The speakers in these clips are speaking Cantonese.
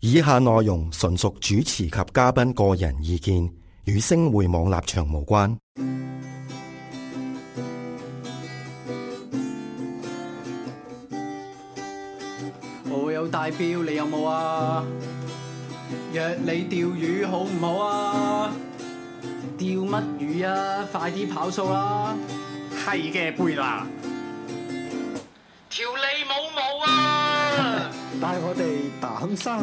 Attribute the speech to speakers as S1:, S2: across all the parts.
S1: 以下內容純屬主持及嘉賓個人意見，與星匯網立場無關。
S2: 我有帶表，你有冇啊？約你釣魚好唔好啊？釣乜魚啊？快啲跑數啦！
S3: 係嘅，貝拿。
S4: 條脷冇毛啊！
S5: 但係我哋膽生喎，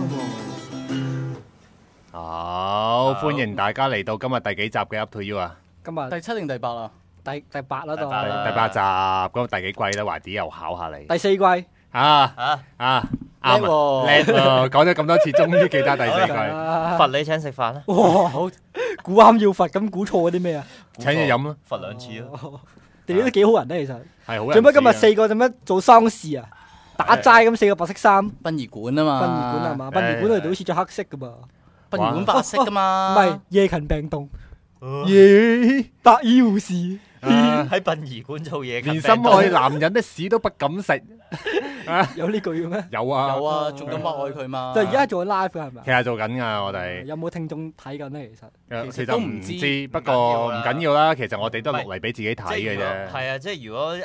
S3: 好，歡迎大家嚟到今日第幾集嘅 Up to You 啊？
S6: 今日
S2: 第七定第八啊？
S6: 第第八啦，
S3: 第
S6: 當
S3: 八
S6: 係
S3: 第八集，咁第幾季咧？華啲又考下你
S6: 第四季，係
S3: 啊
S7: 啊，
S3: 啊啱
S7: 叻喎
S3: 啊叻啊！講咗咁多次，終於記得第四季，
S6: 啊
S7: 罰你請食飯啦，
S6: 哇，好估啱要罰，咁估錯嗰啲咩啊？哦
S3: 請你飲啦，
S7: 罰兩次咯。
S6: 你哋都幾好人咧，其實。
S3: 係啊好人士啊。
S6: 做乜今日四個做乜做喪事啊？打齋咁四個白色衫，殯
S2: 殯儀館啊嘛，
S6: 儀館係嘛？殯儀館佢哋好似着黑色噶噃，唔
S2: 殯儀館白色噶嘛，
S6: 哦係夜勤病棟，
S3: 哦
S7: 喺
S6: 夜白衣 護士，
S3: 啊
S7: 殯儀館做嘢，
S3: 連心愛男人的屎都不敢食。
S6: 有呢句嘅咩？
S3: 有啊，
S2: 有啊，仲咁乜愛佢嘛？
S6: 就而家做緊 live 哦㗎係咪啊
S3: 其？實做緊㗎，我哋。
S6: 有冇聽眾睇緊咧？其實
S3: 其
S2: 其實
S3: 實
S2: 都
S3: 唔
S2: 唔
S3: 知，
S2: 知
S3: 不
S7: 緊
S3: 過
S7: 要
S3: 唔
S7: 啦
S3: 緊要啦。其實我哋都係錄嚟俾自己睇嘅啫。
S7: 係啊，即係如果誒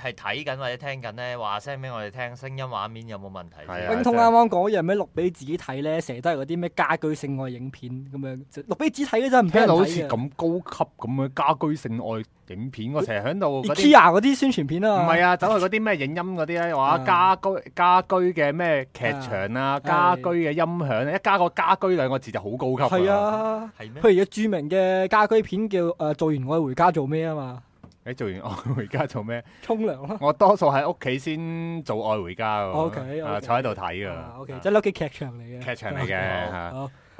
S7: 係睇緊或者聽緊咧，話聲俾我哋聽，聲音畫面有冇問題
S3: 係啊
S6: 永通啱啱講嗰樣咩錄俾自己睇咧，成日都係嗰啲咩家居性愛影片咁樣，就錄俾自己睇嘅真係唔俾
S3: 聽
S6: 人
S3: 到
S6: 睇
S3: 好似
S6: 嘅。
S3: 咁高級咁嘅家居性愛影片，我成日喺度嗰啲
S6: IKEA 嗰啲宣傳片啊
S3: 唔
S6: 嘛，
S3: 係啊，走去嗰啲咩影音嗰啲咧，話
S6: 啊
S3: 家居家居嘅咩劇場啊，家居
S6: 係
S3: 嘅音響，啊一加個家居兩個字就好高級㗎
S6: 係
S3: 啦。
S6: 啊，
S7: 係咩？
S6: 譬如有著名嘅家居片叫誒、呃做完我回家做咩啊嘛，
S3: 你做完 愛回家做咩？
S6: 沖涼啦。
S3: 我多數喺屋企先做愛回家㗎。
S6: OK，OK
S3: 啊坐喺度睇㗎。啊
S6: O K，即係屋企劇場嚟嘅。
S3: 劇場嚟嘅嚇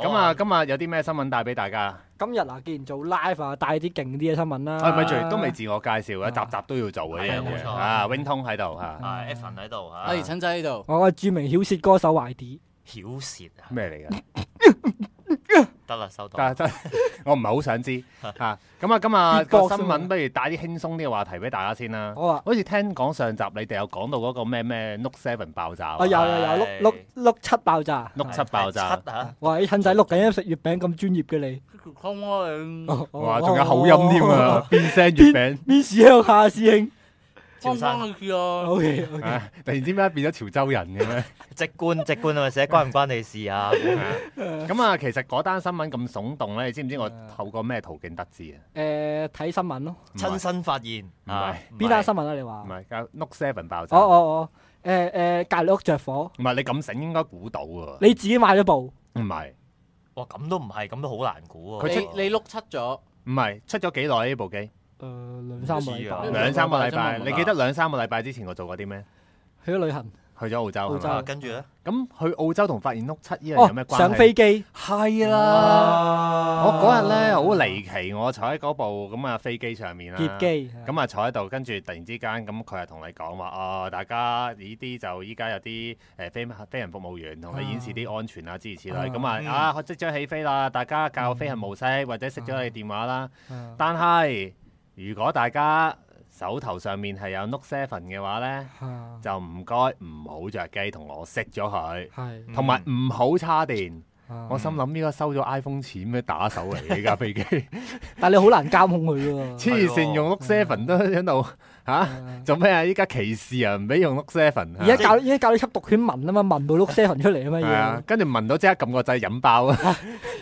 S6: 好，
S3: 咁啊，今日有啲咩新聞帶俾大家？
S6: 今日啊，既然做 live 啊，帶啲勁啲嘅新聞啦。
S3: 啊，咪住都未自我介紹啊，
S6: 啊
S3: 集集都要做嘅呢
S7: 係
S3: 樣
S7: 啊冇
S3: 嘢
S7: 錯
S3: 啊，wing 通喺度嚇，
S7: 啊，Evan 喺度嚇，
S2: 係哎陳仔喺度，
S6: 我係著名曉舌歌手懷迪，
S7: 曉舌啊，
S3: 咩嚟㗎？
S7: 得啦，收到。
S3: 但係真，我唔係好想知嚇。咁啊，今日
S6: Beatbox
S3: 個新聞不如帶啲輕鬆啲嘅話題俾大家先啦。
S6: 好啊。
S3: 好似聽講上集你哋有講到嗰個咩咩 Note Seven 爆炸
S6: 啊有有有
S7: 係
S6: 碌碌碌七爆炸，
S3: ，Note 七爆炸，
S7: 七啊！
S6: 我係啲親仔碌緊一食月餅咁專業嘅你。
S2: 空啊，
S6: 哦
S3: 嗯哇，仲有口音添！啊，變聲月餅。
S6: 邊時鄉下師兄
S7: 潮汕
S2: 佢啊，
S6: ？O K O K，
S3: 啊突然之間變咗潮州人嘅咩？
S7: 直觀直觀啊，咪寫關唔關你事啊？
S3: 咁啊，其實嗰單新聞咁聳動咧，你知唔知我透過咩途徑得知啊？
S6: 誒呃睇新聞咯，
S3: 唔係
S7: 親身發現
S3: 係
S7: 啊
S6: 邊單新聞啊？你話
S3: 唔？係啊，Note Seven 爆炸。
S6: 哦哦哦，誒誒，隔離屋着火，
S3: 唔係你咁醒應該估到喎。
S6: 你自己買咗部，
S3: 唔係
S7: 哇，咁都唔係，咁都好難估喎。
S3: 佢出
S2: 你你碌七咗，
S3: 唔係出咗幾耐呢部機？
S6: 誒兩三個禮
S7: 唔
S6: 拜
S7: 知啊，
S3: 兩三個禮
S2: 兩個禮拜啫
S3: 拜。
S2: 嘛
S3: 你記得兩三個禮拜之前我做過啲咩？
S6: 去咗旅行，
S3: 去咗澳洲
S6: 澳
S3: 係
S6: 洲
S3: 嘛？
S7: 啊，跟住咧，
S3: 咁去澳洲同發現碌七呢樣有咩
S6: 哦，
S3: 關係？
S6: 上飛機，
S3: 係啦。我嗰日咧好離奇，我坐喺嗰部咁啊飛機上面啦。
S6: 劫機，
S3: 咁啊坐喺度，跟住突然之間咁佢係同你講話哦，大家呢啲就依家有啲誒飛飛行服務員同你演示啲安全啊嗯之如此類，咁
S7: 嗯
S3: 啊啊即將起飛啦，大家教飛行模式或者熄咗你電話啦。
S6: 啊
S3: 但係如果大家手頭上面係有 Note Seven 嘅話呢，
S6: 啊
S3: 就唔該唔好着機同我熄咗佢，
S6: 係
S3: 同埋唔好叉電。
S7: 嗯
S6: 啊
S3: 我心諗呢個收咗 iPhone 錢咩打手嚟呢架 飛機， 黐
S6: 但係你好難監控佢㗎喎。
S3: 線用 Note Seven 都喺度嚇
S7: 嗯
S6: 啊
S3: 做咩啊？依家歧視啊，唔俾用 Note Seven
S6: 而家教而家教你吸毒犬聞啊嘛，聞到碌 seven 出嚟啊嘛
S3: 係啊
S6: 要，，
S3: 跟住聞到即刻撳個掣引 爆啊！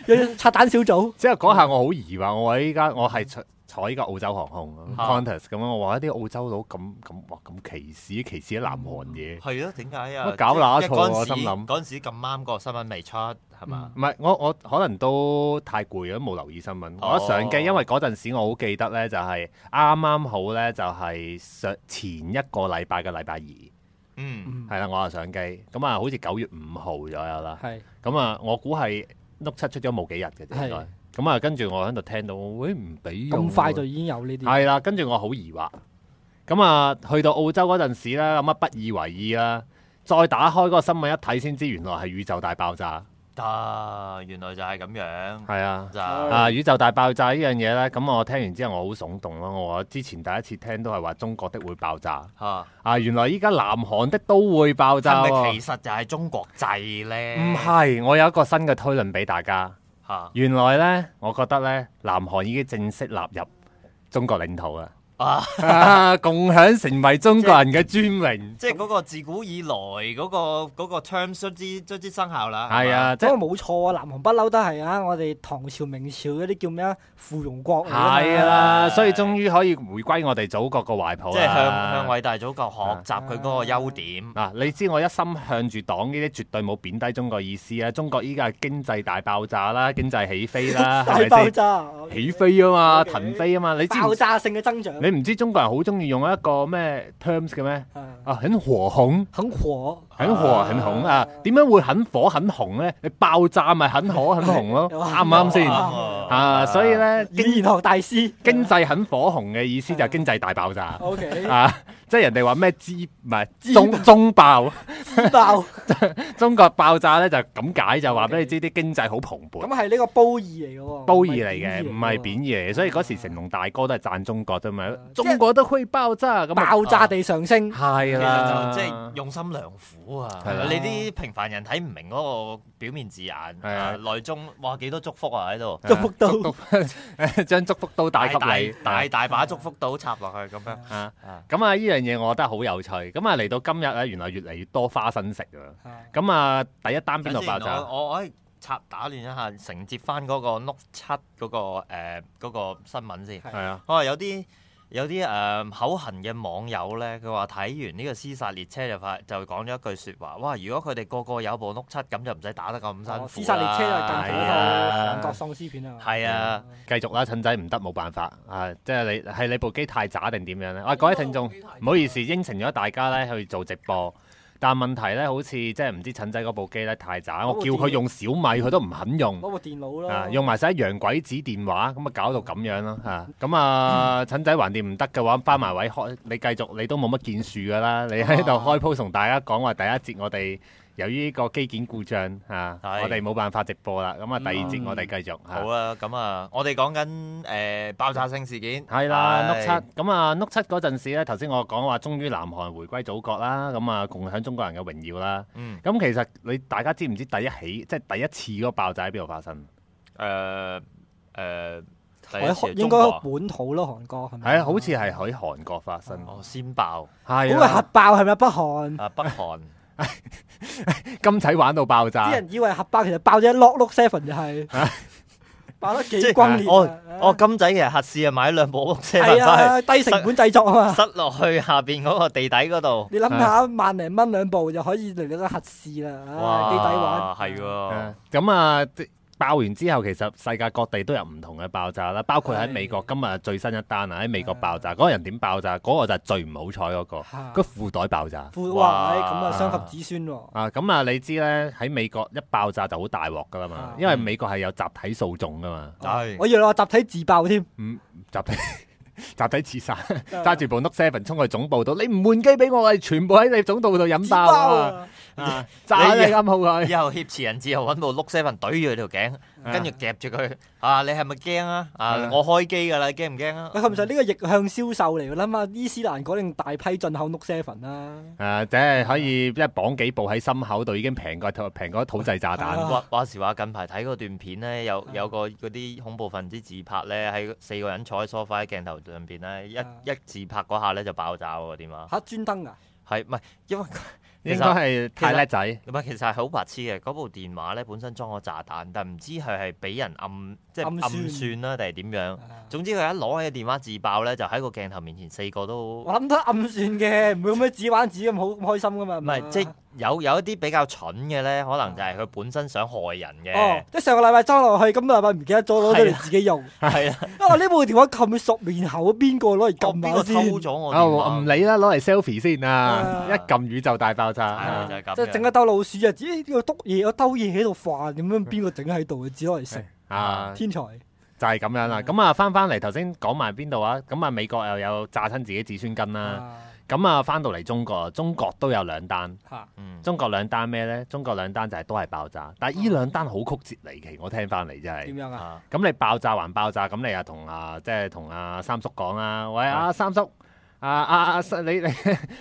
S6: 有拆彈小組
S3: 即係嗰下我好疑惑，我話依家我係坐坐呢個澳洲航空啊
S7: 嚇
S3: Qantas 咁樣，我話一啲澳洲佬咁咁哇咁歧視歧視啲南韓嘢。
S7: 係咯，點解啊
S3: 乜？搞乸
S7: 即係
S3: 錯
S7: 嗰陣
S3: 我
S7: 時
S3: 心諗
S7: 嗰陣時咁啱個新聞未出，係嘛？
S3: 唔係，我我可能都太攰啦，冇留意新聞。
S7: 哦
S3: 我一上機，因為嗰陣時我好記得咧，就係啱啱好咧，就係上前一個禮拜嘅禮拜二，係
S7: 嗯，
S3: 啦，我啊上機，咁啊好似九月五號左右啦。
S6: 係
S3: 咁啊，我估係碌七出咗冇幾日嘅啫，
S6: 係
S3: 應該。咁啊，跟住我喺度聽到，喂唔俾用
S6: 咁快就已經有呢啲，
S3: 係啦，跟住我好疑惑。咁啊，去到澳洲嗰陣時咧，咁啊不以為意啦，再打開嗰個新聞一睇先知，原來係宇宙大爆炸。
S7: 得，原來就係咁樣。
S3: 係啊。
S7: 就
S3: 啊！宇宙大爆炸呢樣嘢呢，咁我聽完之後我好聳動咯。我之前第一次聽都係話中國的會爆炸
S7: 嚇，
S3: 啊，原來依家南韓的都會爆炸
S7: 係
S3: 喎
S7: 咪其實就係中國製咧？
S3: 唔係，我有一個新嘅推論俾大家。
S7: 嚇
S3: 原來呢，我覺得呢，南韓已經正式納入中國領土啦。
S7: 啊！
S3: 啊！ 共享成為中國人嘅尊榮。
S7: 即係嗰個自古以來嗰、個嗰、個 terms 卒之卒之生效啦。
S3: 係啊，即
S6: 真係
S3: 係
S6: 冇錯啊！南韓不嬲都係啊！我哋唐朝、明朝嗰啲叫咩啊？附庸國嚟㗎嘛
S3: 係啦，所以終於可以回歸我哋祖國個懷抱
S7: 係嘛，
S3: 啦。
S7: 即係向
S3: 啊
S7: 向偉大祖國學習佢嗰個優點。
S3: 嗱、啊你知我一心向住黨呢啲，絕對冇貶低中國意思啊！中國依家係經濟大爆炸啦，經濟起飛 啦，
S6: 大
S3: 係咪
S6: 爆
S3: 先？
S6: 炸，
S3: 起飛啊嘛，
S6: Okay
S3: 騰飛啊嘛，你知唔
S6: 爆炸性嘅增長，
S3: 你唔知中國人好中意用一個咩 terms 嘅咩？
S6: 啊
S3: 啊，很火紅，
S6: 很火，
S3: 很火，很紅啊！點樣會很火很紅咧？你爆炸咪很火 很紅咯，啱唔啱先？
S6: 啊
S3: 啊，所以咧經
S6: 語言學大師。
S3: 經濟很火紅嘅意思就係經濟大爆炸
S6: O K，
S3: 啊！即係人哋話咩資唔係中中爆。
S6: 爆
S3: 中國爆炸咧就咁解，就話俾你知啲經濟好蓬勃，
S6: 咁係呢個褒義嚟嘅喎，
S3: 褒義嚟嘅，唔係貶
S6: 貶啊
S3: 義嚟嘅。所以嗰時成龍大哥都係讚中國啫嘛，
S6: 即係
S3: 中國都可以爆炸咁
S6: 義，
S3: 啊哦
S6: 爆炸地上升。
S3: 係
S7: 其實
S3: 啦，
S7: 就即係用心良苦啊！
S3: 係啦
S7: 你啲平凡人睇唔明嗰個表面字眼，
S3: 係啊
S7: 啊內中哇幾多祝福啊喺度，
S6: 祝福到
S3: 係 將祝福刀帶
S7: 大
S3: 給你。
S7: 大大大把祝福到插落去咁樣。
S3: 啊
S7: 啊
S3: 咁啊，呢樣嘢我覺得好有趣。咁啊，嚟到今日咧，原來越嚟越多花生食啊。咁啊，第一單邊度爆
S7: 等先
S3: 炸？
S7: 我我我可以插打亂一下，承接翻嗰個 Note 七嗰、個呃誒嗰、個新聞先。
S3: 係啊，
S7: 我話有啲有啲誒、呃口痕嘅網友咧，佢話睇完呢個《屍殺列車》就發就講咗一句説話，哇！如果佢哋個個有部碌七，咁就唔使打得咁辛苦啦。
S6: 哦屍殺列車就近期嗰套
S7: 係
S6: 韓國
S7: 啊
S6: 喪屍片啊，
S7: 係啊，
S3: 繼續啦，趁仔唔得冇辦法啊！即係你係你部機太渣定點樣咧？啊，
S2: 哦
S3: 各位聽眾，唔好意思，應承咗大家咧去做直播，但問題咧好似即係唔知趁仔嗰部機咧太渣，我
S6: 部
S3: 叫佢用小米佢都唔肯用
S6: 攞部電腦
S3: 啊
S6: 咯，，
S3: 用埋晒啲洋鬼子電話，咁啊搞到咁樣啦嚇。咁啊，趁仔橫掂唔得嘅話，翻埋位開，你繼續你都冇乜建樹噶啦，你喺度開鋪同大家講話第一節我哋。由於呢個機件故障啊，
S7: 係
S3: 我哋冇辦法直播啦。咁啊，第二節我哋繼續嚇
S7: 好啦，咁啊，我哋講緊誒爆炸性事件，
S3: 係啦，碌
S7: 係
S3: 七咁啊，碌七嗰陣時咧，頭先我講話，終於南韓回歸祖國啦，咁啊，共享中國人嘅榮耀啦。
S7: 嗯
S3: 咁其實你大家知唔知第一起，即係第一次嗰個爆炸喺邊度發生？
S7: 誒誒，呃第一次
S6: 喺
S7: 係中
S6: 應該
S7: 國
S6: 本土咯，韓國係咪？
S3: 係啊，好似係喺韓國發生。
S7: 哦先爆
S3: 係
S6: 嗰個核
S3: 啊，
S6: 爆係咪北韓？
S7: 啊北韓
S3: 金仔玩到爆
S6: 啲
S3: 炸。
S6: 人以為核爆其實爆咗一 lock lock seven 就係，爆得幾轟烈
S7: 哦
S6: 啊
S7: 哦，金仔其實核試啊買兩部屋車
S6: 係
S7: 翻
S6: 啊，低成本製作啊嘛。
S7: 去，塞落去下邊嗰個地底嗰度。
S6: 你諗下，萬零蚊兩部就可以嚟到個核試啦，唉幾抵啊玩。
S7: 係喎
S3: 啊，咁啊，爆完之後，其實世界各地都有唔同嘅爆炸啦，包括喺美國今日最新一單啊，喺美國爆炸嗰個人點爆炸？嗰個就係最唔好彩嗰個，
S6: 嚇
S3: 個褲袋爆炸。
S6: 富
S7: 哇
S6: 哇，唉咁啊相及子孫喎。
S3: 啊，咁啊，你知咧喺美國一爆炸就好大鑊噶啦嘛
S6: 啊，
S3: 因為美國係有集體訴訟噶嘛，
S7: 係
S6: 我以為我集體自爆添，
S3: 嗯，集體集體刺殺，揸住部 Note Seven 衝去總部度，你唔換機俾我，我哋全部喺你總部度引
S6: 自
S3: 爆啊！
S6: 啊！
S3: 啊炸你啱好啊佢，
S7: 以後挾持人質後揾部碌 seven 懟住佢條頸，跟住夾住佢啊！你係咪驚啊？
S3: 係啊
S7: 啊！我開機㗎啦，驚唔驚啊？
S6: 喂，係咪就係呢個逆向銷售嚟㗎啦嘛？伊斯蘭嗰定大批進口 Note Seven 啦，
S3: 啊，即係可以一綁幾部喺心口度，已經平過平過土製炸彈
S6: 啊。
S7: 話話時話近排睇嗰段片咧，有有個嗰啲恐怖分子自拍咧，喺四個人坐喺梳化喺鏡頭上邊咧，
S6: 啊
S7: 一一自拍嗰下咧就爆炸喎點啊？
S6: 嚇專登㗎，
S7: 係唔係因為佢其
S3: 應
S7: 實
S3: 該係太叻仔，
S7: 唔係其實係好白痴嘅，嗰部電話咧本身裝咗炸彈，但唔知佢係俾人暗即係
S6: 暗
S7: 暗
S6: 算
S7: 算啦定係點樣？
S6: 啊
S7: 總之佢一攞起個電話自爆咧，就喺個鏡頭面前四個都
S6: 我諗都暗算嘅，唔會咁樣指玩指咁好咁開心㗎嘛。
S7: 唔
S3: 啊
S7: 係，即係有有一啲比較蠢嘅咧，可能就係佢本身想害人
S6: 哦
S7: 嘅，，
S6: 即係上個禮拜裝落去，今個禮拜唔記得咗攞咗嚟自 己用。
S7: 係 啊，
S6: 因為呢部電話咁熟面口，邊個攞嚟
S7: 我哦邊個
S6: 撳下
S7: 偷
S6: 先？
S7: 咗我
S3: 啊
S7: 電
S3: 我
S7: 話
S3: 唔理啦，攞嚟 selfie 先啊
S6: 啊！
S3: 一撳宇宙大爆炸，
S7: 係啊
S3: 啊
S7: 就係咁樣。
S6: 即係整一兜老鼠啊！咦，呢個篤嘢，有兜嘢喺度飯咁樣，邊個整喺度嘅？只攞嚟食，
S3: 啊！
S6: 天才
S3: 就係咁樣啦。咁啊，翻翻嚟頭先講埋邊度啊？咁啊，美國又有炸親自己子孫根啦。
S6: 啊！
S3: 咁啊，翻到嚟中國，中國都有兩單。
S6: 嚇
S7: 嗯，
S3: 中國兩單咩呢？中國兩單就係都係爆炸，但係呢兩單好曲折離奇，我聽翻嚟真係
S6: 點。樣啊？
S7: 啊，
S3: 咁你爆炸還爆炸，咁你又同啊，即係同啊三叔講啦，喂啊三叔，啊啊啊三你 你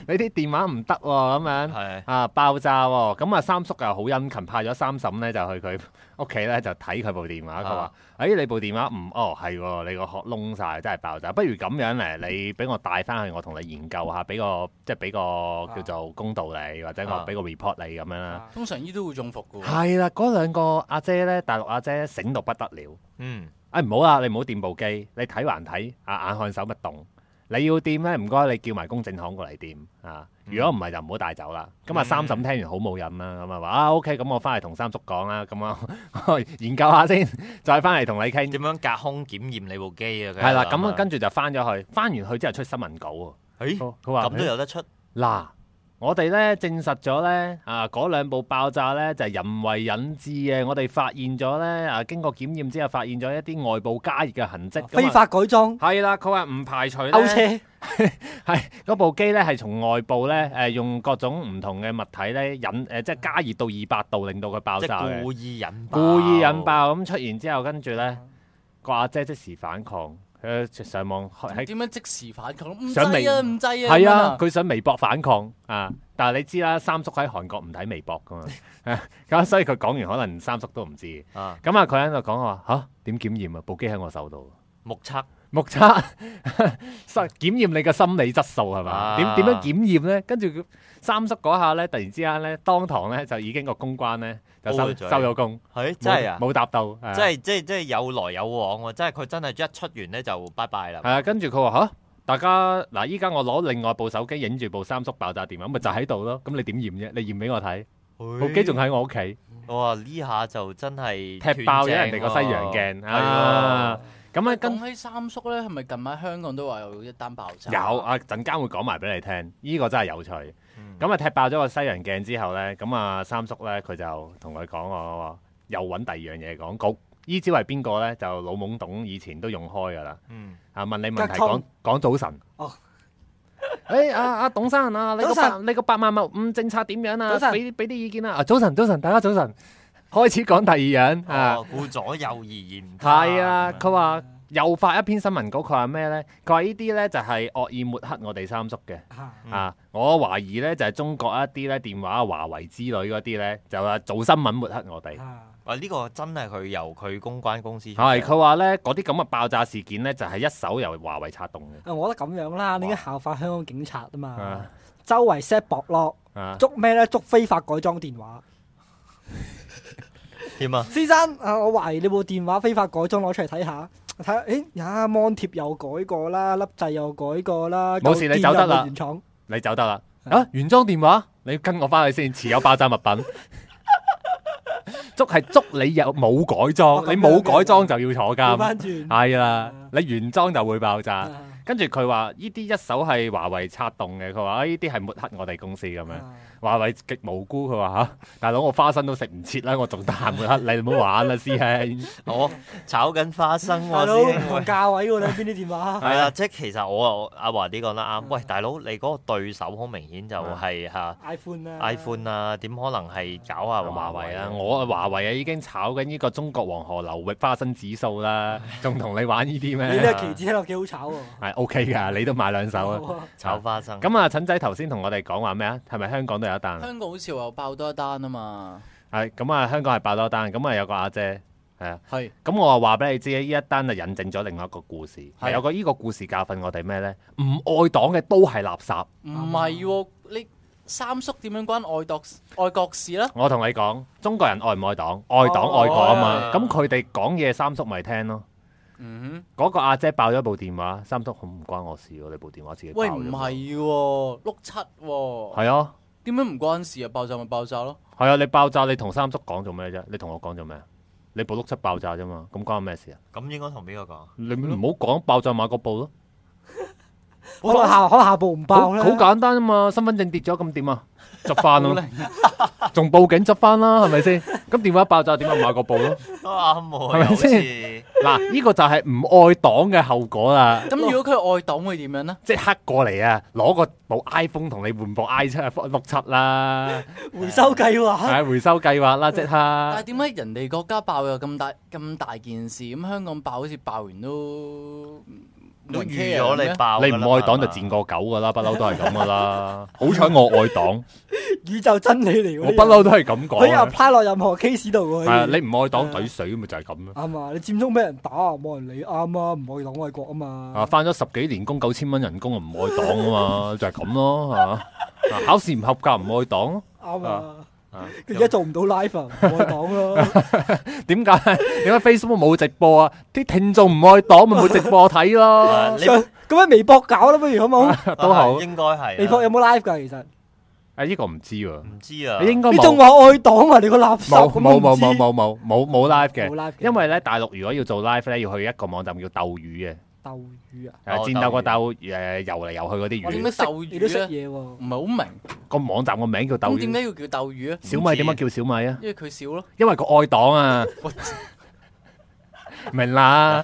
S3: 你啲電話唔得喎，咁樣。
S7: 係
S3: 啊爆炸喎、咁啊三叔啊好殷勤，派咗三嬸咧就去佢屋企咧就睇佢部電話，佢話
S7: 啊：，
S3: 誒、你部電話唔哦係喎，你個殼窿晒，真係爆炸。不如咁樣咧，你俾我帶翻去，我同你研究下，俾個即係俾個叫做公道你，或者我
S7: 啊
S3: 俾個 report 你咁樣啦。
S6: 啊
S2: 通常呢都會中伏嘅喎。
S3: 係啦、嗰兩個阿姐咧，大陸阿姐醒到不得了。
S7: 嗯
S3: 誒啊唔好啦，你唔好掂部機，你睇還睇，啊眼看手勿動。你要掂咧，唔該，你叫埋公證行過嚟掂啊！如果唔係就唔好帶走啦。咁啊，
S7: 嗯
S3: 三嬸聽完好冇癮啦，咁啊話啊 OK，咁我翻嚟同三叔講啦，咁啊 我研究下先， 再翻嚟同你傾。
S7: 點樣隔空檢驗你部機啊？
S3: 係啦，咁啊跟住就翻咗去，翻完去之後出新聞稿喎。
S7: 誒
S3: 佢佢話
S7: 哦
S3: 嗯
S7: 咁都有得出，
S3: 嗱，我哋咧證實咗咧，啊嗰兩部爆炸咧就係人為引致嘅，我哋發現咗咧啊經過檢驗之後發現咗一啲外部加熱嘅痕跡。咁啊
S6: 非法改裝
S3: 係啦，佢話唔排除咧，
S6: 勾車
S3: 係嗰部機咧係從外部咧誒用各種唔同嘅物體咧引誒、即係加熱到二百度，令到佢爆
S7: 即
S3: 炸
S7: 係
S3: 嘅，
S7: 故意引爆
S3: 故意引，爆咁出現之後，跟住咧個阿姐即時反抗，佢上網喺
S2: 點樣即時反抗？唔制
S3: 想
S2: 啊，
S3: 明
S2: 唔制啊！
S3: 係
S2: 咁樣
S3: 啊，佢想微博反抗啊，但係你知啦，三叔喺韓國唔睇微博噶嘛， 咁所以佢講完可能三叔都唔知，
S7: 啊
S3: 咁啊佢喺度講話吓點檢驗啊，部機喺我手度。
S7: 目測
S3: 目測 實檢驗你嘅心理質素係嘛？
S7: 啊
S3: 點點樣檢驗咧？跟住佢三叔嗰下咧，突然之間咧，當堂咧就已經個公關咧就
S7: 煲
S3: 收
S7: 咗嘴
S3: 收咗工，
S7: 係真係啊！
S3: 冇冇答到，係啊
S7: 即係即係即係有來有往喎，即係佢真係一出完咧就拜拜啦
S3: 係。啊。跟住佢話吓，大家嗱，依家我攞另外部手機影住部三叔爆炸電話，咪就喺度咯。咁你點驗啫？你驗俾我睇，部機仲喺我屋企，
S7: 哎哇！呢下就真係
S3: 踢爆咗
S7: 斷
S3: 人
S7: 正
S3: 哋個西洋
S7: 喎
S3: 鏡啊！咁啊，跟
S2: 講起三叔咧，係咪近排香港都話有一單爆炸？
S3: 有啊，陣間會講埋俾你聽，呢、個真係有趣。
S7: 嗯
S3: 咁啊、踢爆咗個西洋鏡之後呢，咁啊三叔呢，佢就同佢講我話又揾第二樣嘢講，局依招係邊個呢？就老懵懂以前都用開噶啦。
S7: 嗯
S3: 啊問你問題
S6: 隔空
S3: 講講早晨。
S6: 哦。
S3: 誒阿阿董生啊，你個
S6: 早
S3: 八
S6: 晨
S3: 你個八萬五政策點樣
S6: 早
S3: 啊？
S6: 晨
S3: 俾俾啲意見啦。啊早晨早晨，大家早晨。開始講第二樣啊。
S7: 哦，顧左右而言他
S3: 係啊，
S7: 咁樣
S3: 佢話又發一篇新聞稿，佢話咩呢？佢話呢啲呢就係惡意抹黑我哋三叔嘅。
S6: 啊
S7: 嗯
S3: 啊，我懷疑呢就係中國一啲呢電話啊、華為之類嗰啲呢，就話做新聞抹黑我哋。
S6: 啊
S7: 哇！呢個真係佢由佢公關公司出
S3: 係啊
S7: 嘅
S3: 佢話呢嗰啲咁嘅爆炸事件呢，就係一手由華為策動嘅。
S6: 啊我覺得咁樣啦，你已經效法香港警察啊嘛
S3: 啊，
S6: 周圍 set 博落，
S3: 啊，
S6: 捉咩咧？捉非法改裝電話。
S7: 添啊！
S6: 先生，啊，我懷疑你部電話非法改裝，攞出嚟睇下。睇下，誒，呀，mon 貼又改過啦，粒掣又改過啦，
S3: 冇事
S6: 舊
S3: 你走得啦
S6: 電又冇原廠
S3: 你走得啦。啊，原裝電話，你跟我翻去先，持有爆炸物品。 捉係捉你有冇改裝，
S6: 哦咁
S3: 你冇
S6: 樣嘅
S3: 改裝就要坐
S6: 調
S3: 監。
S6: 翻轉。
S3: 係啦，你原裝就會爆炸。
S6: 啊
S3: 跟住佢話呢啲一手係華為策動嘅，佢話啊呢啲係抹黑我哋公司咁樣。
S6: 啊
S3: 華為極無辜，佢話嚇大佬我花生都食唔切啦，我仲得閒抹黑你，唔好玩啦師兄。
S7: 我炒緊花
S3: 啊
S7: 生
S6: 大
S7: 喎，
S6: 佬
S7: 師
S6: 唔
S7: 兄
S6: 同
S7: 喂
S6: 價位喎，兩邊啲電 話。
S7: 係啦，即係其實我啊阿華啲講得
S3: 嗯
S7: 啱。喂，大佬你嗰個對手好明顯就係嚇
S6: iPhone 啦
S7: iPhone 啊，點可能係搞下
S3: 華
S7: 華
S3: 為
S7: 為
S3: 啦，
S7: 啊？
S3: 我啊華為啊已經炒緊呢個中國黃河流域花生指數 啦，仲同你玩呢啲
S6: 你呢
S3: 咩？
S6: 個棋子聽落幾好炒喎。
S3: 係 OK 㗎，你都買兩手啊。
S6: 啊，
S7: 炒花生
S3: 咁啊，陳仔頭先同我哋講話咩啊？係咪香港都有一單啊？
S2: 香港好似話有爆多一單啊嘛。
S3: 係咁啊，香港係爆多單，咁啊有個阿姐係啊。
S2: 係
S3: 咁我啊話俾你知，呢一單就引證咗另外一個故事，
S2: 係
S3: 係有個呢個故事教訓我哋咩呢？唔愛黨嘅都係垃圾。
S2: 唔係喎？你三叔點樣關愛國愛國事咧？
S3: 我同你講，中國人愛唔愛黨？愛黨愛國啊嘛。
S7: 哦
S3: 咁佢哋講嘢，三叔咪聽咯。
S2: 嗯
S3: 嗰、個阿姐爆咗部電話，三叔好唔關我事喎，你部電話自己
S2: 哼，
S3: 爆
S2: 喂
S3: 咗。
S2: 唔係喎，碌七喎，
S3: 係啊，
S2: 點解唔關事啊？爆炸咪爆炸咯。
S3: 係啊，你爆炸，你同三叔講做咩啫？你同我講做咩？你部碌七爆炸啫嘛，咁關我咩事啊？
S7: 咁應該同邊個講？
S3: 你唔好講爆炸買個部咯。
S6: 可能下可能下步唔
S3: 好
S6: 爆咧，
S3: 好簡單啊嘛，身份證跌咗咁 點啊？執翻咯，仲報警執翻啦，係咪先？咁電話爆炸點啊？買個報咯。
S7: 都啱喎，
S3: 係咪
S7: 又好似
S3: 嗱，呢個就係唔愛黨嘅後果啦。
S8: 咁如果佢愛黨會點樣呢？
S3: 即刻過嚟啊！攞個部 iPhone 同你換部 i 七六七啦，
S6: 回收計劃，
S3: 係回收計劃啦，即
S8: 但係
S3: 刻。
S8: 點解人哋國家爆又咁大咁大件事，咁香港爆好似爆完都冇
S7: 都
S8: 人 care
S7: 預咗
S8: 咩
S7: 你爆㗎
S3: 你
S7: 啦，
S3: 唔愛黨就
S7: 係嘛
S3: 賤過狗噶啦，不嬲都係咁 噶啦。好彩我愛黨，
S6: 宇宙真理嚟
S3: 我
S6: 喎。
S3: 不嬲都係咁
S6: 可以
S3: 講。
S6: apply 落任何 case 度喎。
S3: 係啊，
S6: 可以
S3: 你唔愛黨懟水咪就係咁咯。
S6: 啱啊！你佔中俾人打啊，冇人理啱啊，唔可以黨愛國啊
S3: 啊，
S6: 嘛。
S3: 翻咗十幾年工九千蚊人工啊，唔愛黨啊嘛，就係咁咯，係嘛？啊考試唔合格唔愛黨，
S6: 啱啊
S3: 啊！
S6: 佢而家做唔到 live 啊，唔愛黨咯。
S3: 點解？ 點解 Facebook 冇直播啊？啲聽眾唔愛黨咪冇直播睇咯，
S7: 啊你
S6: 上咁喺微博搞啦，不如好冇？
S3: 都好。
S7: 應該係
S6: 微博有
S7: 啊
S6: 冇 live 㗎？其實
S3: 誒，呢個唔知喎。
S7: 唔知啊，
S3: 你應該
S6: 你
S3: 冇
S6: 仲話愛黨啊？你個垃圾
S3: 冇
S6: 咁
S3: 冇
S6: 都唔
S3: 冇
S6: 知
S3: 冇冇冇冇冇 live
S6: 冇
S3: 嘅，
S6: live 嘅
S3: 因為咧大陸如果要做 live 咧，要去一個網站叫鬥魚嘅，
S6: 鬥魚啊！
S3: 誒
S7: 哦
S3: 戰鬥個鬥誒遊嚟遊去嗰
S8: 我
S3: 啲
S8: 點
S3: 魚，
S8: 解鬥
S6: 你都識
S8: 魚咧？
S6: 嘢喎
S8: 唔。係好明，
S3: 個網站個名叫鬥
S8: 咁點解
S3: 魚。
S8: 要叫鬥魚啊？
S3: 小米點解叫小米啊？
S8: 因為佢少咯。
S3: 因為個愛黨啊，明啦。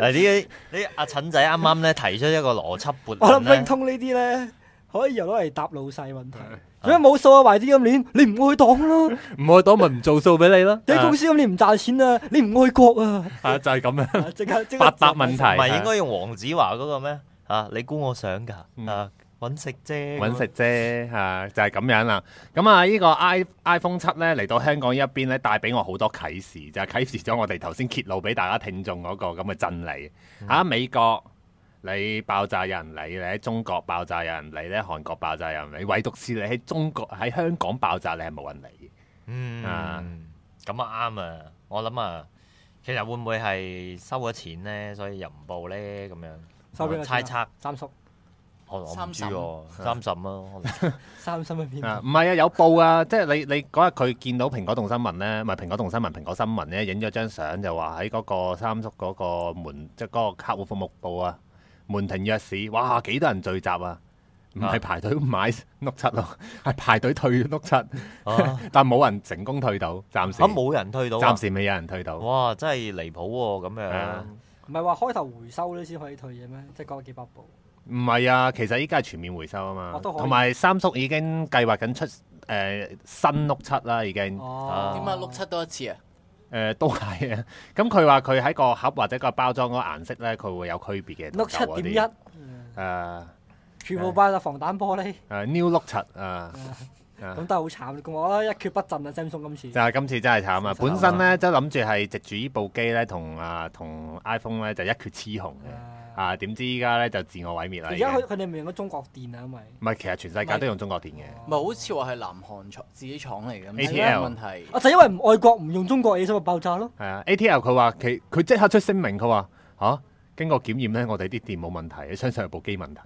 S7: 嗱呢啲呢阿陳仔啱啱咧提出一個邏輯悖
S6: 我諗
S7: 論
S6: 冰
S7: 咧，
S6: 通呢啲咧，可以又攞嚟答老細問題。做咩冇數啊？壞資金鏈，你唔愛黨咯？
S3: 唔愛黨咪唔做數俾你 咯。
S6: 你公司咁你唔賺錢啊？你唔愛 國啊？
S3: 啊就係 咁樣，
S6: 啊即刻即刻
S3: 八答問題啊
S7: 唔係應該用黃子華嗰個咩啊？你估我想㗎
S3: 嗯
S7: 啊？揾食啫，
S3: 揾食啫嚇、就係、咁樣啦。咁啊，呢個 i iPhone 七咧嚟到香港呢一邊咧，帶俾我好多啟示，就係、啟示咗我哋頭先揭露俾大家聽眾嗰個咁嘅真理。
S7: 嗯
S3: 嚇、美國你爆炸有人理，你喺中國爆炸有人理咧，韓國爆炸有人理，唯獨是你喺中國喺香港爆炸，你係冇人理嘅。啊
S7: 嗯，咁啊啱啊！我諗啊，其實會唔會係收咗錢咧，所以又唔報咧咁樣？
S6: 收邊個
S7: 猜
S6: 錢啊
S7: 測，
S6: 三叔
S7: 我我唔知
S8: 三
S7: 喎，三十咯，
S6: 三心嘅
S3: 啊
S6: 片，
S3: 唔係啊，有報啊，即係你你嗰日佢見到蘋果動新聞咧，唔係蘋果動新聞，蘋果新聞咧影咗張相就話喺嗰個三叔嗰個門，即係嗰個客戶服務部啊，門庭若市，哇幾多人聚集啊！唔係排隊買碌七咯，係排隊退碌七，
S7: 啊
S3: 但冇人成功退到，暫時
S7: 啊冇人退到啊，
S3: 暫時未有人退到。
S7: 哇真係離譜喎咁
S3: 係啊
S7: 樣。
S6: 唔係話開頭回收咧先可以退嘅咩？即係講幾百部，
S3: 唔係啊，其實依家係全面回收啊嘛
S6: 哦，都可以
S3: 同埋三叔已經計劃緊出誒、呃新碌七啦，已經。
S6: 哦，
S3: 啊
S8: 點解六七多一次啊？
S3: 誒、都係啊！ 咁佢話佢喺個盒或者個包裝嗰個顏色咧，佢會有區別嘅。
S6: 六七
S3: 同
S6: 點
S3: 啊舊嗰啲
S6: 一，
S3: 誒
S6: 全部爆晒防彈玻璃，
S3: 誒呃 New Look 七啊，
S6: 咁都係好慘。咁我覺得一蹶不振啊，Samsung 今
S3: 就
S6: 次
S3: 係今次真係慘啊！本身咧就諗住係藉住呢部機咧，同啊同 iPhone 咧就一決雌雄嘅啊，點知依家咧就自我毀滅啦。
S6: 嗯而
S3: 已
S6: 家
S3: 經
S6: 佢佢哋咪用咗中國電啊，因為
S3: 唔係，其實全世界都用中國電嘅。
S8: 唔係好似話係南韓廠自己廠嚟嘅，咁
S3: ATL
S8: 問題
S6: 啊就因為唔愛國唔用中國嘢，所以咪爆炸咯。
S3: 係啊，ATL 佢話佢佢即刻出聲明，佢話嚇經過檢驗咧，我哋啲電冇問題，相信係部機問題。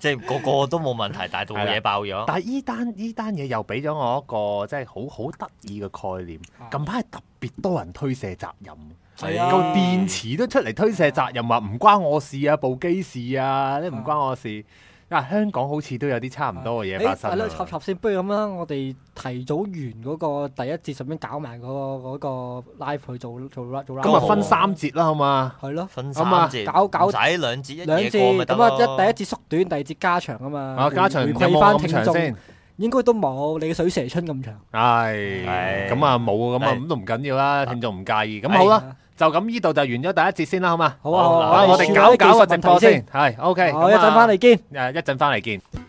S7: 即係個個都冇問題，但係到嘢爆咗。
S3: 但係依單依單嘢又俾咗我一個即係好好得意嘅概念
S6: 啊。
S3: 近排係特別多人推卸責任，
S6: 係啊
S3: 個電池都出嚟推卸責任，話唔關我事啊，部機事啊，呢唔關我事。啊，香港好似都有啲差唔多嘅嘢發生
S6: 誒
S3: 啊
S6: 係咯，插插先，不如咁啦，我哋提早完嗰個第一節，順便搞埋嗰個嗰個 live 去做做做 live。
S3: 今日啊分三節啦，好嘛？
S6: 係咯，
S7: 分三
S3: 咁啊
S7: 節，
S6: 搞搞
S7: 唔使兩節一
S6: 兩
S7: 嘢過
S6: 節
S7: 咪得
S6: 咁啊，
S7: 咯。
S6: 一第一節縮短，第二節加長啊嘛。
S3: 啊，家長有
S6: 回
S3: 冇
S6: 饋翻
S3: 咁
S6: 聽
S3: 長
S6: 眾，
S3: 先？
S6: 應該都冇你嘅水蛇春咁長。
S3: 唉，
S7: 唉
S3: 咁啊冇，咁啊
S7: 唉
S3: 咁都唔緊要啦，聽眾唔介意。咁好啦，就咁呢度就完咗第一節先啦，好嘛？
S6: 啊好啊，好
S7: 好
S6: 啊，
S3: 好，我哋搞搞個直播
S6: 技術問題
S3: 先，係啊 OK。
S6: 好，一陣翻嚟見。
S3: 誒一陣翻嚟見。